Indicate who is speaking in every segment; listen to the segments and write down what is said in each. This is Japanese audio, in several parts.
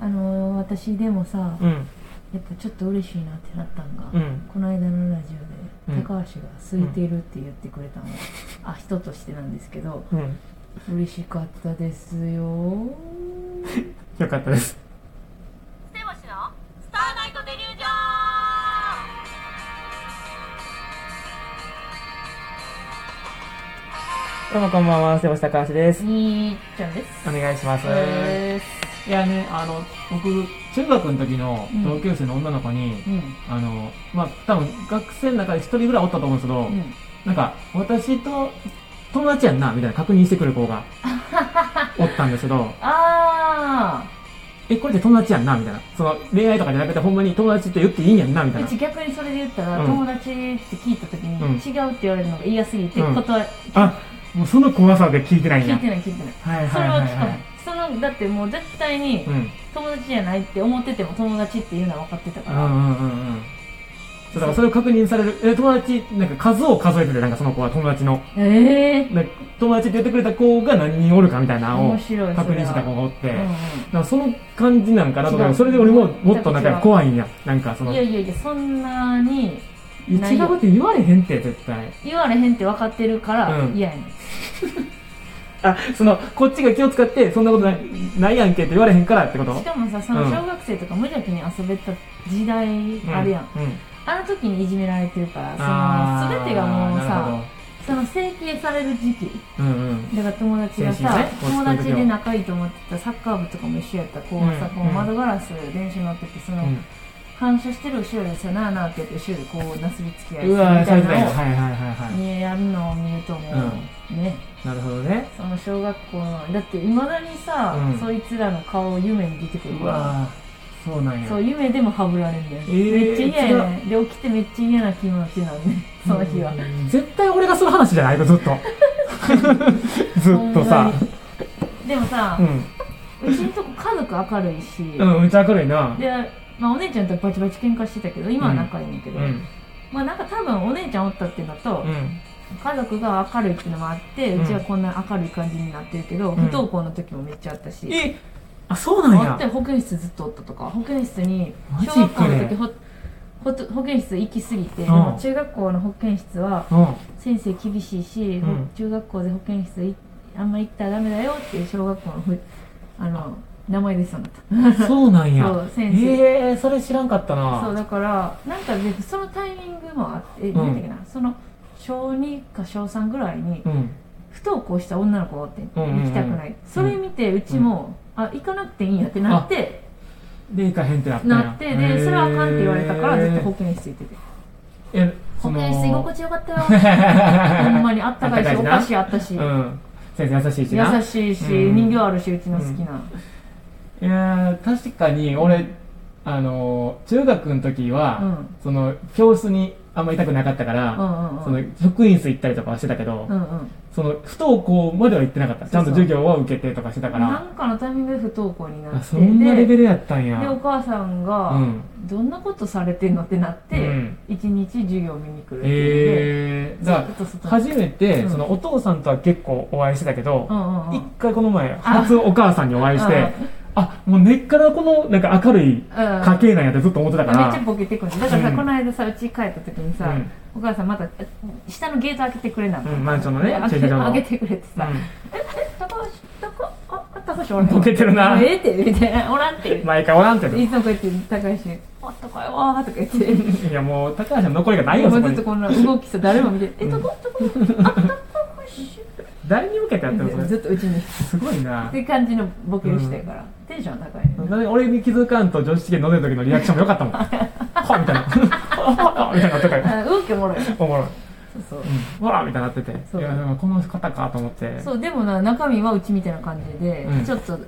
Speaker 1: あのー私でもさ、
Speaker 2: うん
Speaker 1: やっぱちょっと嬉しいなってなったんが、
Speaker 2: うん
Speaker 1: この間のラジオ
Speaker 2: うん
Speaker 1: で高橋が「空いてる」って言ってくれたの、あ人としてなんですけど
Speaker 2: うん
Speaker 1: 嬉しかったですよ
Speaker 2: よかったです
Speaker 3: ステボシのスターナイトデリュージョン
Speaker 2: どうもこんばんは瀬星高橋です
Speaker 1: にーちゃんです
Speaker 2: お願いします
Speaker 1: です
Speaker 2: いやねあの僕中学の時の同級生の女の子に、
Speaker 1: うん
Speaker 2: あのまあ多分学生の中で一人ぐらいおったと思うんですけど、
Speaker 1: うん
Speaker 2: なんか私と友達やんなみたいな確認してくる子がおったんですけど
Speaker 1: あ
Speaker 2: えこれって友達やんなみたいなその恋愛とかじゃなくてほんまに友達って言っていいんやんなみたい
Speaker 1: ーう
Speaker 2: な
Speaker 1: ち逆にそれで言ったら、
Speaker 2: うん
Speaker 1: 友達って聞いた時に、
Speaker 2: うん
Speaker 1: 違うって言われるのが嫌すぎて
Speaker 2: うん
Speaker 1: 断る、
Speaker 2: あもうその怖さで聞いてないん
Speaker 1: 聞
Speaker 2: や
Speaker 1: いてない聞いてない
Speaker 2: はい
Speaker 1: そ
Speaker 2: は
Speaker 1: れ
Speaker 2: い
Speaker 1: は
Speaker 2: はい、
Speaker 1: 聞か
Speaker 2: は
Speaker 1: ない
Speaker 2: い、
Speaker 1: そのだってもう絶対に
Speaker 2: うん
Speaker 1: 友達じゃないって思ってても友達っていうのは分かってた
Speaker 2: う
Speaker 1: か
Speaker 2: ん
Speaker 1: ら、
Speaker 2: うんうんうんそうだからそれを確認されるえ友達なんか数を数えててなんかその子は友達の
Speaker 1: ええ
Speaker 2: なんか友達って言ってくれた子が何人おるかみたいなのを
Speaker 1: 面白い
Speaker 2: 確認してた子がおって、
Speaker 1: それは
Speaker 2: なんかその感じなんかなと思
Speaker 1: 違
Speaker 2: う
Speaker 1: う
Speaker 2: それで俺ももっとなん
Speaker 1: 違
Speaker 2: か
Speaker 1: う
Speaker 2: 怖いんやなんかそ
Speaker 1: うん
Speaker 2: の
Speaker 1: いやいやいやそんなに
Speaker 2: 違
Speaker 1: ないよ
Speaker 2: うって言われへんって絶対
Speaker 1: 言われへんって分かってるから
Speaker 2: うん
Speaker 1: 嫌やねん、
Speaker 2: あそのこっちが気を使ってそんなことないないやんけって言われへんからってこと
Speaker 1: しかもさその小学生とか無邪気に遊べた時代あるやん、
Speaker 2: うん、うん
Speaker 1: あの時にいじめられてるから
Speaker 2: あ
Speaker 1: そ
Speaker 2: ー
Speaker 1: の全てがもう
Speaker 2: なるほ
Speaker 1: さその整形される時期
Speaker 2: どうんうん
Speaker 1: だから友達が
Speaker 2: 青
Speaker 1: さ、
Speaker 2: 春ね
Speaker 1: 友達で仲いいと思ってたサッカー部とかも一緒やった子はさ、
Speaker 2: うん
Speaker 1: こう窓ガラス電車乗っててその、反射してる後ろでさなあなあって言って後ろでこうなすりつき合いする
Speaker 2: うん、
Speaker 1: み
Speaker 2: うわー
Speaker 1: た
Speaker 2: 最
Speaker 1: い
Speaker 2: 初だよ
Speaker 1: ない
Speaker 2: ははいはいは
Speaker 1: のを見えやるのを見ると思う、ね
Speaker 2: いなるほどね
Speaker 1: その小学校のだっていまだにさ、
Speaker 2: うん
Speaker 1: そいつらの顔夢に出てくる
Speaker 2: う
Speaker 1: か
Speaker 2: わーそうなん
Speaker 1: ら
Speaker 2: や
Speaker 1: そう夢でもハブられるんだよ、
Speaker 2: えー
Speaker 1: めっちゃ嫌やねで起きてめっちゃ嫌な気持ちなんでその日は、
Speaker 2: うん絶対俺がする話じゃないのずっ とずっとさ
Speaker 1: でもさ
Speaker 2: う、ん
Speaker 1: うちのとこ家族明るいし、
Speaker 2: うんうち明るいな
Speaker 1: で、まあ、お姉ちゃんとバチバチ喧嘩してたけど今は仲いいんだけ
Speaker 2: う
Speaker 1: ど、
Speaker 2: ん
Speaker 1: まあなんか多分お姉ちゃんおったっていうのと、
Speaker 2: うん
Speaker 1: 家族が明るいっていうのもあって、
Speaker 2: うん
Speaker 1: うちはこんな明るい感じになってるけど、
Speaker 2: ん
Speaker 1: 不登校の時もめっちゃあったし、
Speaker 2: えあそうなん
Speaker 1: あ
Speaker 2: や
Speaker 1: って保健室ずっとおったとか保健室に
Speaker 2: マジ
Speaker 1: 小学校の
Speaker 2: こ
Speaker 1: 時
Speaker 2: れ
Speaker 1: ほほと保健室行き過ぎて、
Speaker 2: ん
Speaker 1: でも中学校の保健室は
Speaker 2: うん
Speaker 1: 先生厳しいし、ほ
Speaker 2: うん
Speaker 1: 中学校で保健室いあんまり行ったらダメだよっていう小学校のふあの名前でしたんだった
Speaker 2: そうなんや。
Speaker 1: そう先生
Speaker 2: ええそれ知らんかったな。
Speaker 1: そうだからなんかでそのタイミングもあって、え
Speaker 2: ん
Speaker 1: なんだっけなその小2か小3ぐらいに、
Speaker 2: うん。
Speaker 1: 不登校した女の子がおって
Speaker 2: うんうんうん
Speaker 1: 行きたくない、それ見てうちも、あ行かなくていいんやってなって
Speaker 2: で、行かへんってなったんや
Speaker 1: なってでそれはあかんって言われたからずっと保健室行ってて
Speaker 2: え、
Speaker 1: 保健室居心
Speaker 2: 地。
Speaker 1: 地よかったよ ほんまにあったかいし
Speaker 2: あったかいし
Speaker 1: お
Speaker 2: な
Speaker 1: 菓子あったし、
Speaker 2: うん。先生優しいしな。
Speaker 1: 優しいし、
Speaker 2: うん
Speaker 1: 人形あるしうちの好きな、
Speaker 2: いやー確かに俺、あのー、中学の時
Speaker 1: うん、うん
Speaker 2: は、その、教室にあんまりいたくなかったから、
Speaker 1: うん
Speaker 2: そ
Speaker 1: うん
Speaker 2: の、職員室行ったりとかはしてたけど、
Speaker 1: うんうん
Speaker 2: その、不登校までは行ってなかった。ちゃんと授業は受けてとかしてたか
Speaker 1: な
Speaker 2: ら、
Speaker 1: んかのタイミングで不登校にな
Speaker 2: あ
Speaker 1: って
Speaker 2: そんなレベ
Speaker 1: で
Speaker 2: ルやったんや。
Speaker 1: でお母さん
Speaker 2: う
Speaker 1: が、
Speaker 2: ん。
Speaker 1: どんなことされてんのってなって、
Speaker 2: うん
Speaker 1: 一日授業見に来るっていうので、
Speaker 2: えー、じゃあ
Speaker 1: ずっと外に
Speaker 2: 初めて、
Speaker 1: うん
Speaker 2: そのお父さんとは結構お会いしてたけど
Speaker 1: う、んうんうん
Speaker 2: 一回この前初お母さんにお会いし
Speaker 1: あ
Speaker 2: てあもう根っからこのなんか明るい
Speaker 1: うん
Speaker 2: 家系なんやってずっと思ってたか
Speaker 1: めっち
Speaker 2: ら
Speaker 1: ゃボケてくるんだからさ、
Speaker 2: うん
Speaker 1: この間さうち帰った時にさ、
Speaker 2: うん
Speaker 1: お母さんまたえ下のゲート開けてくれな
Speaker 2: うんマンションのね
Speaker 1: 開け
Speaker 2: 駐車場の
Speaker 1: 開けてくれてさ
Speaker 2: うん
Speaker 1: 「ええ高橋高ああ高橋おらん
Speaker 2: ボケてるな
Speaker 1: もうええって」みたいな「おらん」って
Speaker 2: 毎回おらんって
Speaker 1: いつもこうやって高橋に「あったかいわ」とか言って
Speaker 2: いやもう高橋の残りがないよ
Speaker 1: も
Speaker 2: そうこ
Speaker 1: ずっと
Speaker 2: に
Speaker 1: こんな動きさ誰も見て「え
Speaker 2: うん
Speaker 1: 高橋高橋あったか
Speaker 2: 誰に向けてやってる
Speaker 1: い」
Speaker 2: のそ
Speaker 1: ず
Speaker 2: れ
Speaker 1: っとうちにっ
Speaker 2: すごいな
Speaker 1: て感じのボケをしてるから、テンション高いよね
Speaker 2: なんで俺に気づかんと女子試験飲んでる時のリアクションも良 かったもんはみたいな はみたいなとかよ
Speaker 1: あ動きおもろいそう
Speaker 2: おもろい
Speaker 1: そう
Speaker 2: うんわーみたいになってて
Speaker 1: そう
Speaker 2: いやでもこの方かと思って
Speaker 1: そうでもな中身はうちみたいな感じで、
Speaker 2: うん
Speaker 1: ちょっと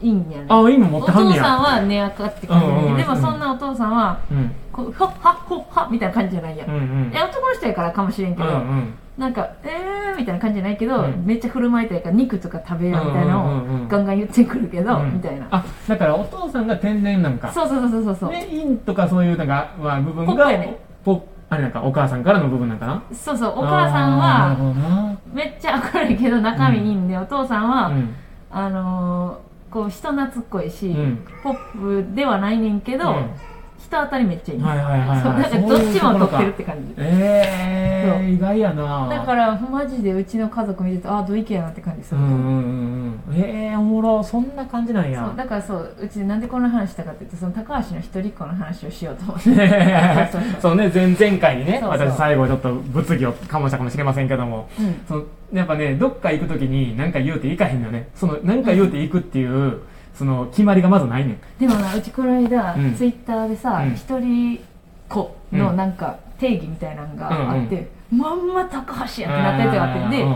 Speaker 1: いいんやね
Speaker 2: あ今持
Speaker 1: お
Speaker 2: ってはん
Speaker 1: 父
Speaker 2: ね
Speaker 1: さ
Speaker 2: や
Speaker 1: んは寝やかって感じだけど、
Speaker 2: うんうんうん
Speaker 1: でもそんなお父さんは
Speaker 2: うん
Speaker 1: こうほっはほっはみたいな感じじゃないやん、
Speaker 2: うんう
Speaker 1: え
Speaker 2: ん
Speaker 1: 男の人やからかもしれんけ
Speaker 2: う
Speaker 1: ど、
Speaker 2: んうん
Speaker 1: なんか「えー」みたいな感じじゃないけど、
Speaker 2: うん
Speaker 1: めっちゃ振る舞いたいから肉とか食べやみたいな
Speaker 2: うんうんうんう
Speaker 1: の
Speaker 2: ん
Speaker 1: をガンガン言ってくるけど、
Speaker 2: うん
Speaker 1: みたいな
Speaker 2: あだからお父さんが天然なんか
Speaker 1: そうそうそうそうそう、
Speaker 2: メインとかそういうなんか、まあ、部分
Speaker 1: ポップ
Speaker 2: が
Speaker 1: やね
Speaker 2: ポップあれなんかお母さんからの部分なんかな
Speaker 1: そうそうお母さんは
Speaker 2: あーなるほどな
Speaker 1: めっちゃ明るいけど中身いいんで、お父さんは、
Speaker 2: うん
Speaker 1: あのーこう人懐っこいし、
Speaker 2: うん
Speaker 1: ポップではないねんけど、
Speaker 2: うん
Speaker 1: 人当たりめっちゃいい、
Speaker 2: はいはいはい
Speaker 1: そう
Speaker 2: はい
Speaker 1: なんかどっち
Speaker 2: そうい
Speaker 1: も
Speaker 2: うと
Speaker 1: 取
Speaker 2: こ
Speaker 1: っ
Speaker 2: ろ
Speaker 1: て
Speaker 2: か
Speaker 1: るって感じ
Speaker 2: え
Speaker 1: そう
Speaker 2: ー、意外やな
Speaker 1: だからマジでうちの家族見ててああドイケやなって感じす
Speaker 2: う
Speaker 1: る、
Speaker 2: んうんうんうんええー、おもろそんな感じなんや
Speaker 1: そうだからそううちでなんでこの話したかって言ってその高橋の一人っ子の話をしようと 思ってそうそう
Speaker 2: そうね、前々回にね、
Speaker 1: そうそう
Speaker 2: 私最後ちょっと物議を醸したかもしれませんけども、
Speaker 1: うん
Speaker 2: そのやっぱね、どっか行くときに何か言うて行かへんのよね。その何か言うて行くっていう、その決まりがまずないねん。
Speaker 1: でもなうちこの間、
Speaker 2: うん
Speaker 1: ツイッターでさ
Speaker 2: うん
Speaker 1: 一、人っ子のなんか定義みたいなのがあって、まんま高橋やってなったやつがあってで、
Speaker 2: うん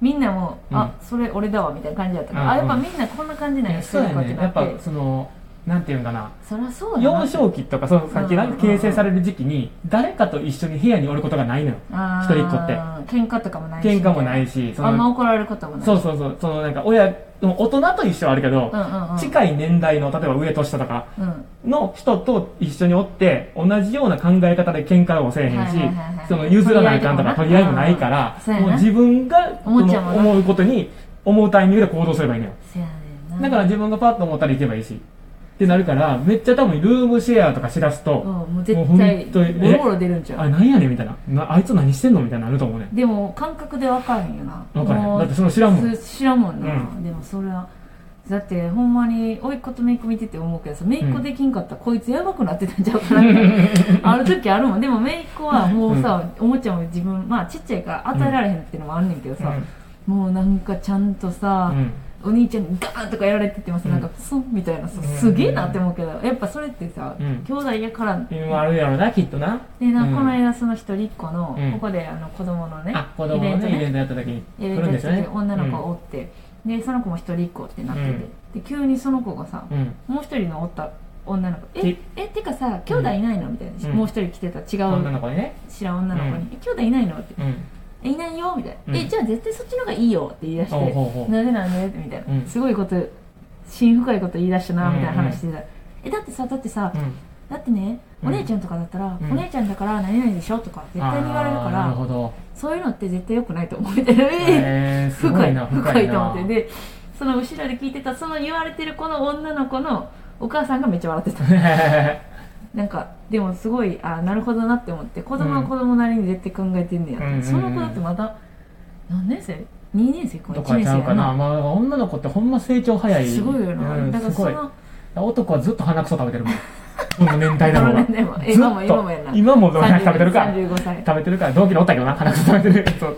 Speaker 1: みんなも、
Speaker 2: うん
Speaker 1: あそれ俺だわみたいな感じだったから、
Speaker 2: うん
Speaker 1: あやっぱみんなこんな感じなんや一
Speaker 2: そう
Speaker 1: 人っ
Speaker 2: や
Speaker 1: 子って
Speaker 2: ね。
Speaker 1: な
Speaker 2: やっ
Speaker 1: って
Speaker 2: ぱその、なんていうんかな。
Speaker 1: そりゃそうだな
Speaker 2: 幼少期とか、そのさっきなんか形成される時期に、誰かと一緒に部屋におることがないのよ。
Speaker 1: あ
Speaker 2: 一人っ子って
Speaker 1: て喧嘩とかもないし
Speaker 2: 喧嘩もないし、そ
Speaker 1: あんま
Speaker 2: の、
Speaker 1: 怒られることもない
Speaker 2: そうそうそう、そのなんか親、大人と一緒はあるけど
Speaker 1: う、んうんうん
Speaker 2: 近い年代の、例えば上と下とか、
Speaker 1: うん
Speaker 2: の人と一緒におって、同じような考え方で喧嘩をせえへんし
Speaker 1: はいはいはいはい、
Speaker 2: その譲らないかんとか取り合いもないから
Speaker 1: そう、やな
Speaker 2: もう自分がそ
Speaker 1: 思っちゃう
Speaker 2: の
Speaker 1: もんな
Speaker 2: 思うことに、思うタイミングで行動すればいいのよ。
Speaker 1: せやねんな
Speaker 2: だから自分がパッと思ったら行けばいいし。ってなるから、めっちゃ多分ルームシェアとかしだす
Speaker 1: うん
Speaker 2: と、
Speaker 1: もう絶
Speaker 2: もう
Speaker 1: 対
Speaker 2: ほんとに
Speaker 1: ボロボロ出るんちゃ
Speaker 2: あ、
Speaker 1: う
Speaker 2: なんやねんみたいな。なあいつ何してんのみたいになると思うねん。
Speaker 1: でも感覚で分からへんよな
Speaker 2: わからへん。
Speaker 1: もう
Speaker 2: だってその知らんもん。
Speaker 1: す知らんもんな、
Speaker 2: う
Speaker 1: でもそれはだってほんまに甥っ子と姪っ子見てて思うけどさ姪っ子できんかったらこいつやばくなってたんちゃうかなって ある時あるもんでも姪っ子はもうさ、おもちゃも自分まあちっちゃいから与えられへんっていうのもあんねんけどさ、もうなんかちゃんとさ、
Speaker 2: うん
Speaker 1: お兄ちゃんにガーンとかやられててもさ、
Speaker 2: うん
Speaker 1: なんかクソみたいなさ
Speaker 2: うん
Speaker 1: すげえなって思うけどやっぱそれってさ、
Speaker 2: うん
Speaker 1: 兄弟やから
Speaker 2: うん。今あるやろな、きっとな。
Speaker 1: でな
Speaker 2: うん
Speaker 1: この間その一人っ子の、
Speaker 2: うん
Speaker 1: ここであの子供のね
Speaker 2: あ、子供のね、イベントやった時に
Speaker 1: え
Speaker 2: 来
Speaker 1: ー
Speaker 2: るんですよね。
Speaker 1: 女の子がおって、でその子も一人っ子ってなってて、で急にその子がさ
Speaker 2: うん。うん。
Speaker 1: もう一人のおった女の子「え
Speaker 2: き
Speaker 1: えてかさ兄弟いないの?」みたいな、
Speaker 2: うん
Speaker 1: もう一人来てた違
Speaker 2: 女
Speaker 1: う
Speaker 2: の子にね。
Speaker 1: 知らん女の子に「え兄弟いないの?」って
Speaker 2: うん。
Speaker 1: 「えいないよ」みたいな「
Speaker 2: うん
Speaker 1: えじゃあ絶対そっちの方がいいよ」って言い出して
Speaker 2: ほうほう
Speaker 1: 「
Speaker 2: ほう
Speaker 1: なぜなんで?」みたいな、
Speaker 2: うん
Speaker 1: すごいこと心深いこと言い出したなみたいな話してた、えだってさだってさ、
Speaker 2: うん。
Speaker 1: だってね
Speaker 2: うん
Speaker 1: お姉ちゃんとかだったら、
Speaker 2: うん
Speaker 1: お姉ちゃんだから何々でしょとか絶対に言われるか
Speaker 2: あーな
Speaker 1: ら
Speaker 2: るほど。
Speaker 1: そういうのって絶対良くないと思うみたいな「えー
Speaker 2: えー、すご
Speaker 1: 深
Speaker 2: い
Speaker 1: い
Speaker 2: な、
Speaker 1: 深いと
Speaker 2: な
Speaker 1: 思っ てでその後ろで聞いてたその言われてるこの女の子のお母さんがめっちゃ笑ってたなんかでもすごいあなるほどなって思って子供は子供なりに絶対考えてんねや、
Speaker 2: うん
Speaker 1: その子だってまだ何年生 ?2 年生か
Speaker 2: と
Speaker 1: 1
Speaker 2: か
Speaker 1: 年
Speaker 2: ちゃ
Speaker 1: 生
Speaker 2: う
Speaker 1: や
Speaker 2: かな。
Speaker 1: な
Speaker 2: まあ、女の子ってほんま成長早い。
Speaker 1: すごいよな、
Speaker 2: うん
Speaker 1: だから
Speaker 2: す
Speaker 1: そ
Speaker 2: ごい。
Speaker 1: の
Speaker 2: 男はずっと鼻くそ食べてるもん。 こんな年代だろうが。
Speaker 1: 年代も今も
Speaker 2: ずっと
Speaker 1: 今もやな
Speaker 2: 今も鼻くそ食べてるから。
Speaker 1: 35歳
Speaker 2: 食べてるから、同期のおったけどな、鼻くそ食べてる。そう。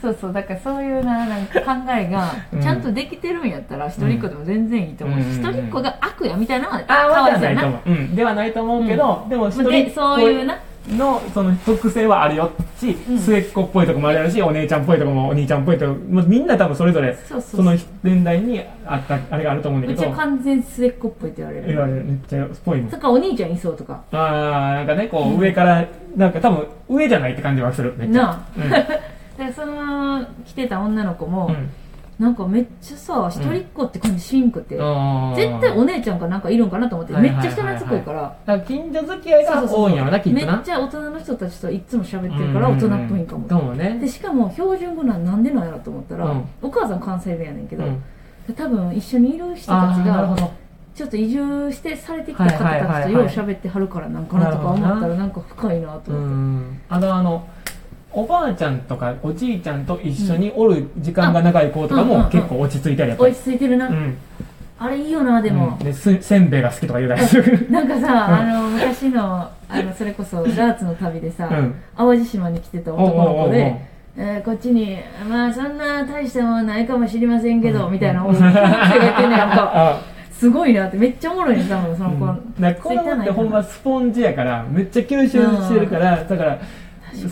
Speaker 1: そうそうだからそういうななんか考えが
Speaker 2: うん
Speaker 1: ちゃんとできてるんやったら一人っ子でも全然いいと思うし、
Speaker 2: うん
Speaker 1: 一人っ子が悪やみたいなのは
Speaker 2: ああ、
Speaker 1: か
Speaker 2: わ
Speaker 1: わ
Speaker 2: か
Speaker 1: い
Speaker 2: ら
Speaker 1: そう
Speaker 2: な
Speaker 1: や
Speaker 2: いと
Speaker 1: な
Speaker 2: 思う。うん。ではないと思うけど、でも一人
Speaker 1: でそういうな
Speaker 2: の、その特性はあるよし、
Speaker 1: うん
Speaker 2: 末っ子っぽいとこもあるやろし、お姉ちゃんっぽいとこもお兄ちゃんっぽいとこも、みんな多分それぞれ、
Speaker 1: そうそう
Speaker 2: その年代にあった、あれがあると思うんだ
Speaker 1: う
Speaker 2: け
Speaker 1: ち
Speaker 2: ど
Speaker 1: は、完全末っ子っぽいって言われ
Speaker 2: いわ
Speaker 1: る
Speaker 2: ゆるめっちゃっぽいもん
Speaker 1: そ。っかお兄ちゃんいそうとか
Speaker 2: ああ、なんかね、こう上から、なんか多分上じゃないって感じはする。めっちゃ。
Speaker 1: なあ、でその来てた女の子も、
Speaker 2: うん。うん
Speaker 1: なんかめっちゃさ一人っ子って感じしんくて、
Speaker 2: あー
Speaker 1: 絶対お姉ちゃんかなんかいるんかなと思って、
Speaker 2: はいはい
Speaker 1: め
Speaker 2: は
Speaker 1: っ
Speaker 2: い
Speaker 1: ちゃ人懐っこいから
Speaker 2: だから近所付き合いが多いんやろな、きっ
Speaker 1: め
Speaker 2: と
Speaker 1: っ
Speaker 2: な。
Speaker 1: ちゃ大人の人たちといつも喋ってるから大人っぽいんかも、
Speaker 2: うんうんうんかもね。
Speaker 1: でしかも標準語なんなんでなんやろと思ったら、
Speaker 2: うん
Speaker 1: お母さん関西弁やねんけ
Speaker 2: う
Speaker 1: ど、
Speaker 2: ん。
Speaker 1: 多分一緒にいる人た
Speaker 2: あ
Speaker 1: ち
Speaker 2: ーなるほ
Speaker 1: が
Speaker 2: ど。
Speaker 1: ちょっと移住してされてきた方
Speaker 2: はいはい
Speaker 1: た
Speaker 2: は
Speaker 1: ち
Speaker 2: いは
Speaker 1: と
Speaker 2: い
Speaker 1: よう喋ってはるからなんかなとか思っ
Speaker 2: な
Speaker 1: た
Speaker 2: る
Speaker 1: らなんか深いなと
Speaker 2: う
Speaker 1: 思って。
Speaker 2: ん。あの、あの、おばあちゃんとかおじいちゃんと一緒におる時間が長い子とか
Speaker 1: うん
Speaker 2: も
Speaker 1: うん
Speaker 2: 結構落ち着いたりやっぱり
Speaker 1: 落。ち着いてるな、
Speaker 2: うん。
Speaker 1: あれいいよなでも
Speaker 2: うん、ですせんべいが好きとか言うたりする。
Speaker 1: なんかさ、
Speaker 2: うん
Speaker 1: あの昔のあのそれこそダーツの旅でさ、
Speaker 2: うん
Speaker 1: 淡路島に来てた
Speaker 2: おう
Speaker 1: 男の
Speaker 2: おうおうお
Speaker 1: 子
Speaker 2: う
Speaker 1: でえーこっちにまあそんな大したものないかもしれませんけど、みたいな こと言ってんねやんか
Speaker 2: あ
Speaker 1: すごいなってめっちゃおもろいね多分その子、
Speaker 2: だから子供ってほんまスポンジやからめっちゃ吸収してるから、だから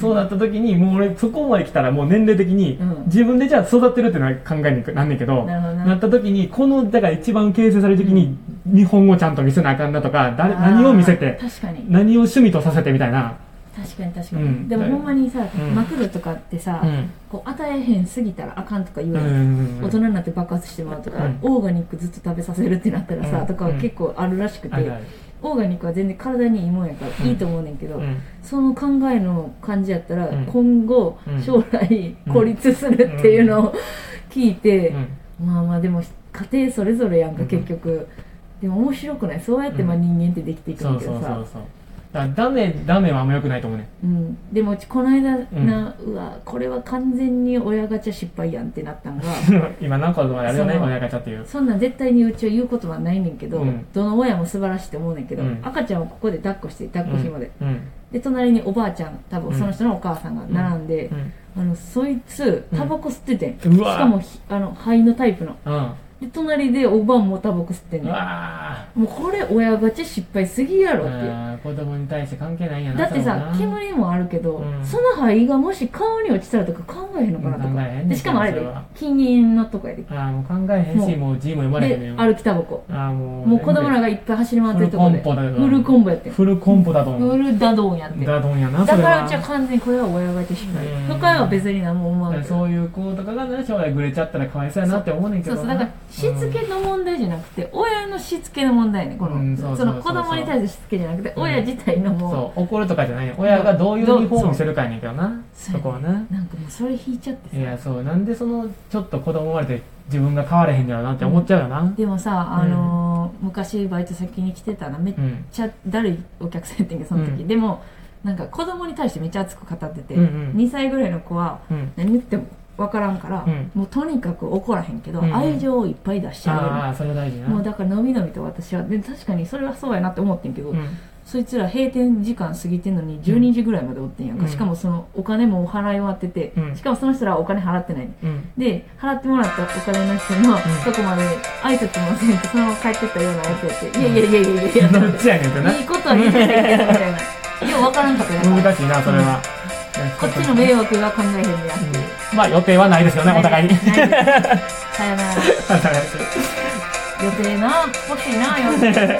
Speaker 2: そうなった時にもう俺そこまで来たらもう年齢的に
Speaker 1: うん
Speaker 2: 自分でじゃあ育ってるってのは考えにくなんねんけど
Speaker 1: なるほどな
Speaker 2: った時にこのだから一番形成される時に日本語ちゃんと見せなあかんなとか誰
Speaker 1: あー
Speaker 2: 何を見せて
Speaker 1: 確かに
Speaker 2: 何を趣味とさせてみたいな、
Speaker 1: 確かに確かに、
Speaker 2: うん
Speaker 1: でもほんまにさ、
Speaker 2: うん
Speaker 1: マクドとかってさ、
Speaker 2: うん
Speaker 1: こう与えへんすぎたらあかんとか言う
Speaker 2: う
Speaker 1: や
Speaker 2: ん
Speaker 1: ん、
Speaker 2: うんう
Speaker 1: 大
Speaker 2: ん
Speaker 1: 人になって爆発してもらうとか、
Speaker 2: うん
Speaker 1: オーガニックずっと食べさせるってなったらさ、
Speaker 2: うん
Speaker 1: とか結構あるらしくて、
Speaker 2: あるある
Speaker 1: オーガニックは全然体にいいもんやからいいと思うねんけど、
Speaker 2: うん
Speaker 1: その考えの感じやったら、
Speaker 2: うん
Speaker 1: 今後
Speaker 2: うん
Speaker 1: 将来孤立するっていうのを聞いて、
Speaker 2: うん
Speaker 1: まあまあでも家庭それぞれやんか、
Speaker 2: うん
Speaker 1: 結局でも面白くないそうやってまあ
Speaker 2: うん
Speaker 1: 人間ってできていく
Speaker 2: そ
Speaker 1: んだ
Speaker 2: う
Speaker 1: け
Speaker 2: そ
Speaker 1: ど
Speaker 2: うそう
Speaker 1: さ
Speaker 2: そうだからダメダメはあんま良くないと思うね
Speaker 1: うんでもうちこの間な、うわこれは完全に親ガチャ失敗やんってなったんが
Speaker 2: 今何個あれよね
Speaker 1: そう
Speaker 2: 親ガチャっていう
Speaker 1: そんなん絶対にうちは言うことはないねんけど、
Speaker 2: うん
Speaker 1: どの親も素晴らしいと思うねんけど、
Speaker 2: うん
Speaker 1: 赤ちゃんをここで抱っこして抱っこ紐で、
Speaker 2: うんうん
Speaker 1: で隣におばあちゃん多分その人のお母さんが並んで、あのそいつタバコ吸っててん、
Speaker 2: うんう
Speaker 1: し
Speaker 2: わ
Speaker 1: かもひあの灰のタイプの
Speaker 2: うんうん
Speaker 1: で隣でおばんもタバコ吸ってん
Speaker 2: う
Speaker 1: ねん
Speaker 2: わ
Speaker 1: もうこれ親ガチ失敗すぎやろっていう
Speaker 2: ーうん子供に対して関係ないんやな
Speaker 1: だって
Speaker 2: 多分
Speaker 1: さ
Speaker 2: な
Speaker 1: 煙もあるけど、
Speaker 2: うん
Speaker 1: その灰がもし顔に落ちたらとか考えへんのかなと
Speaker 2: うん考
Speaker 1: か
Speaker 2: えへんねん
Speaker 1: でしかもあれ
Speaker 2: そ
Speaker 1: で
Speaker 2: れは
Speaker 1: 禁煙のとかやで
Speaker 2: ああもう考えへんしもう G も読まれへんの
Speaker 1: で
Speaker 2: よ
Speaker 1: 歩きタバコ
Speaker 2: ああもう
Speaker 1: もう子供らがいっぱい走り回ってるとこで
Speaker 2: フルコンポだよな
Speaker 1: フルコンボやってん
Speaker 2: フルコンポだと思
Speaker 1: フ
Speaker 2: う
Speaker 1: ルダドンやってんだ
Speaker 2: だと思うやなそ
Speaker 1: か
Speaker 2: れは
Speaker 1: らうちは完全にこれは親ガチ失敗
Speaker 2: うん
Speaker 1: 深いは別に何も思わんけど
Speaker 2: そういう子とかがね将来ぐれちゃったらかわいそうやなって思うねんけ
Speaker 1: そ
Speaker 2: ど
Speaker 1: う
Speaker 2: な
Speaker 1: そうだからしつけの問題じゃなくて、親のしつけの問題ねこの,、
Speaker 2: うんそうそうそうそう
Speaker 1: の子供に対するしつけじゃなくて、
Speaker 2: うん
Speaker 1: 親自体の
Speaker 2: うん
Speaker 1: もう
Speaker 2: そう怒るとかじゃないよ親がどういうリフォームをするかやねんけどな
Speaker 1: そう
Speaker 2: そこはな
Speaker 1: なんかもうそれ引いちゃってさ
Speaker 2: いやそうなんでそのちょっと子供生まれて自分が変われへんのやろなって思っちゃうよな
Speaker 1: でもさ、あのー昔バイト先に来てたなめっ
Speaker 2: うん
Speaker 1: ちゃだるいお客さんやってんけどその時、
Speaker 2: う
Speaker 1: でもなんか子供に対してめっちゃ熱く語ってて、
Speaker 2: うんうん
Speaker 1: 2歳ぐらいの子は
Speaker 2: うん
Speaker 1: 何言っても分からんから、
Speaker 2: うん
Speaker 1: もうとにかく怒らへんけど、
Speaker 2: うんうん
Speaker 1: 愛情をいっぱい出してあ
Speaker 2: ああそれ大事
Speaker 1: げ
Speaker 2: な
Speaker 1: るもうだからのみのみと私はで確かにそれはそうやなって思ってんけど、
Speaker 2: うん
Speaker 1: そいつら閉店時間過ぎてんのに12時ぐらいまでおってんやんか、
Speaker 2: うん
Speaker 1: しかもそのお金もお払い終わってて、
Speaker 2: うん
Speaker 1: しかもその人らはお金払ってないね
Speaker 2: うん
Speaker 1: で払ってもらったお金の人のとこまで挨拶もせんとそのまま帰ってったようなやつやって、いやいやいやいやいやい
Speaker 2: どっちやねんってな
Speaker 1: やいいことはいいことやけどみたいなようわからんかったやんこ
Speaker 2: 難しいなそれは
Speaker 1: っちの迷惑が考えへんねや
Speaker 2: まあ予定はないですよねお 互いに
Speaker 1: ないですさよなら
Speaker 2: お互いに
Speaker 1: 予定な欲しいな予定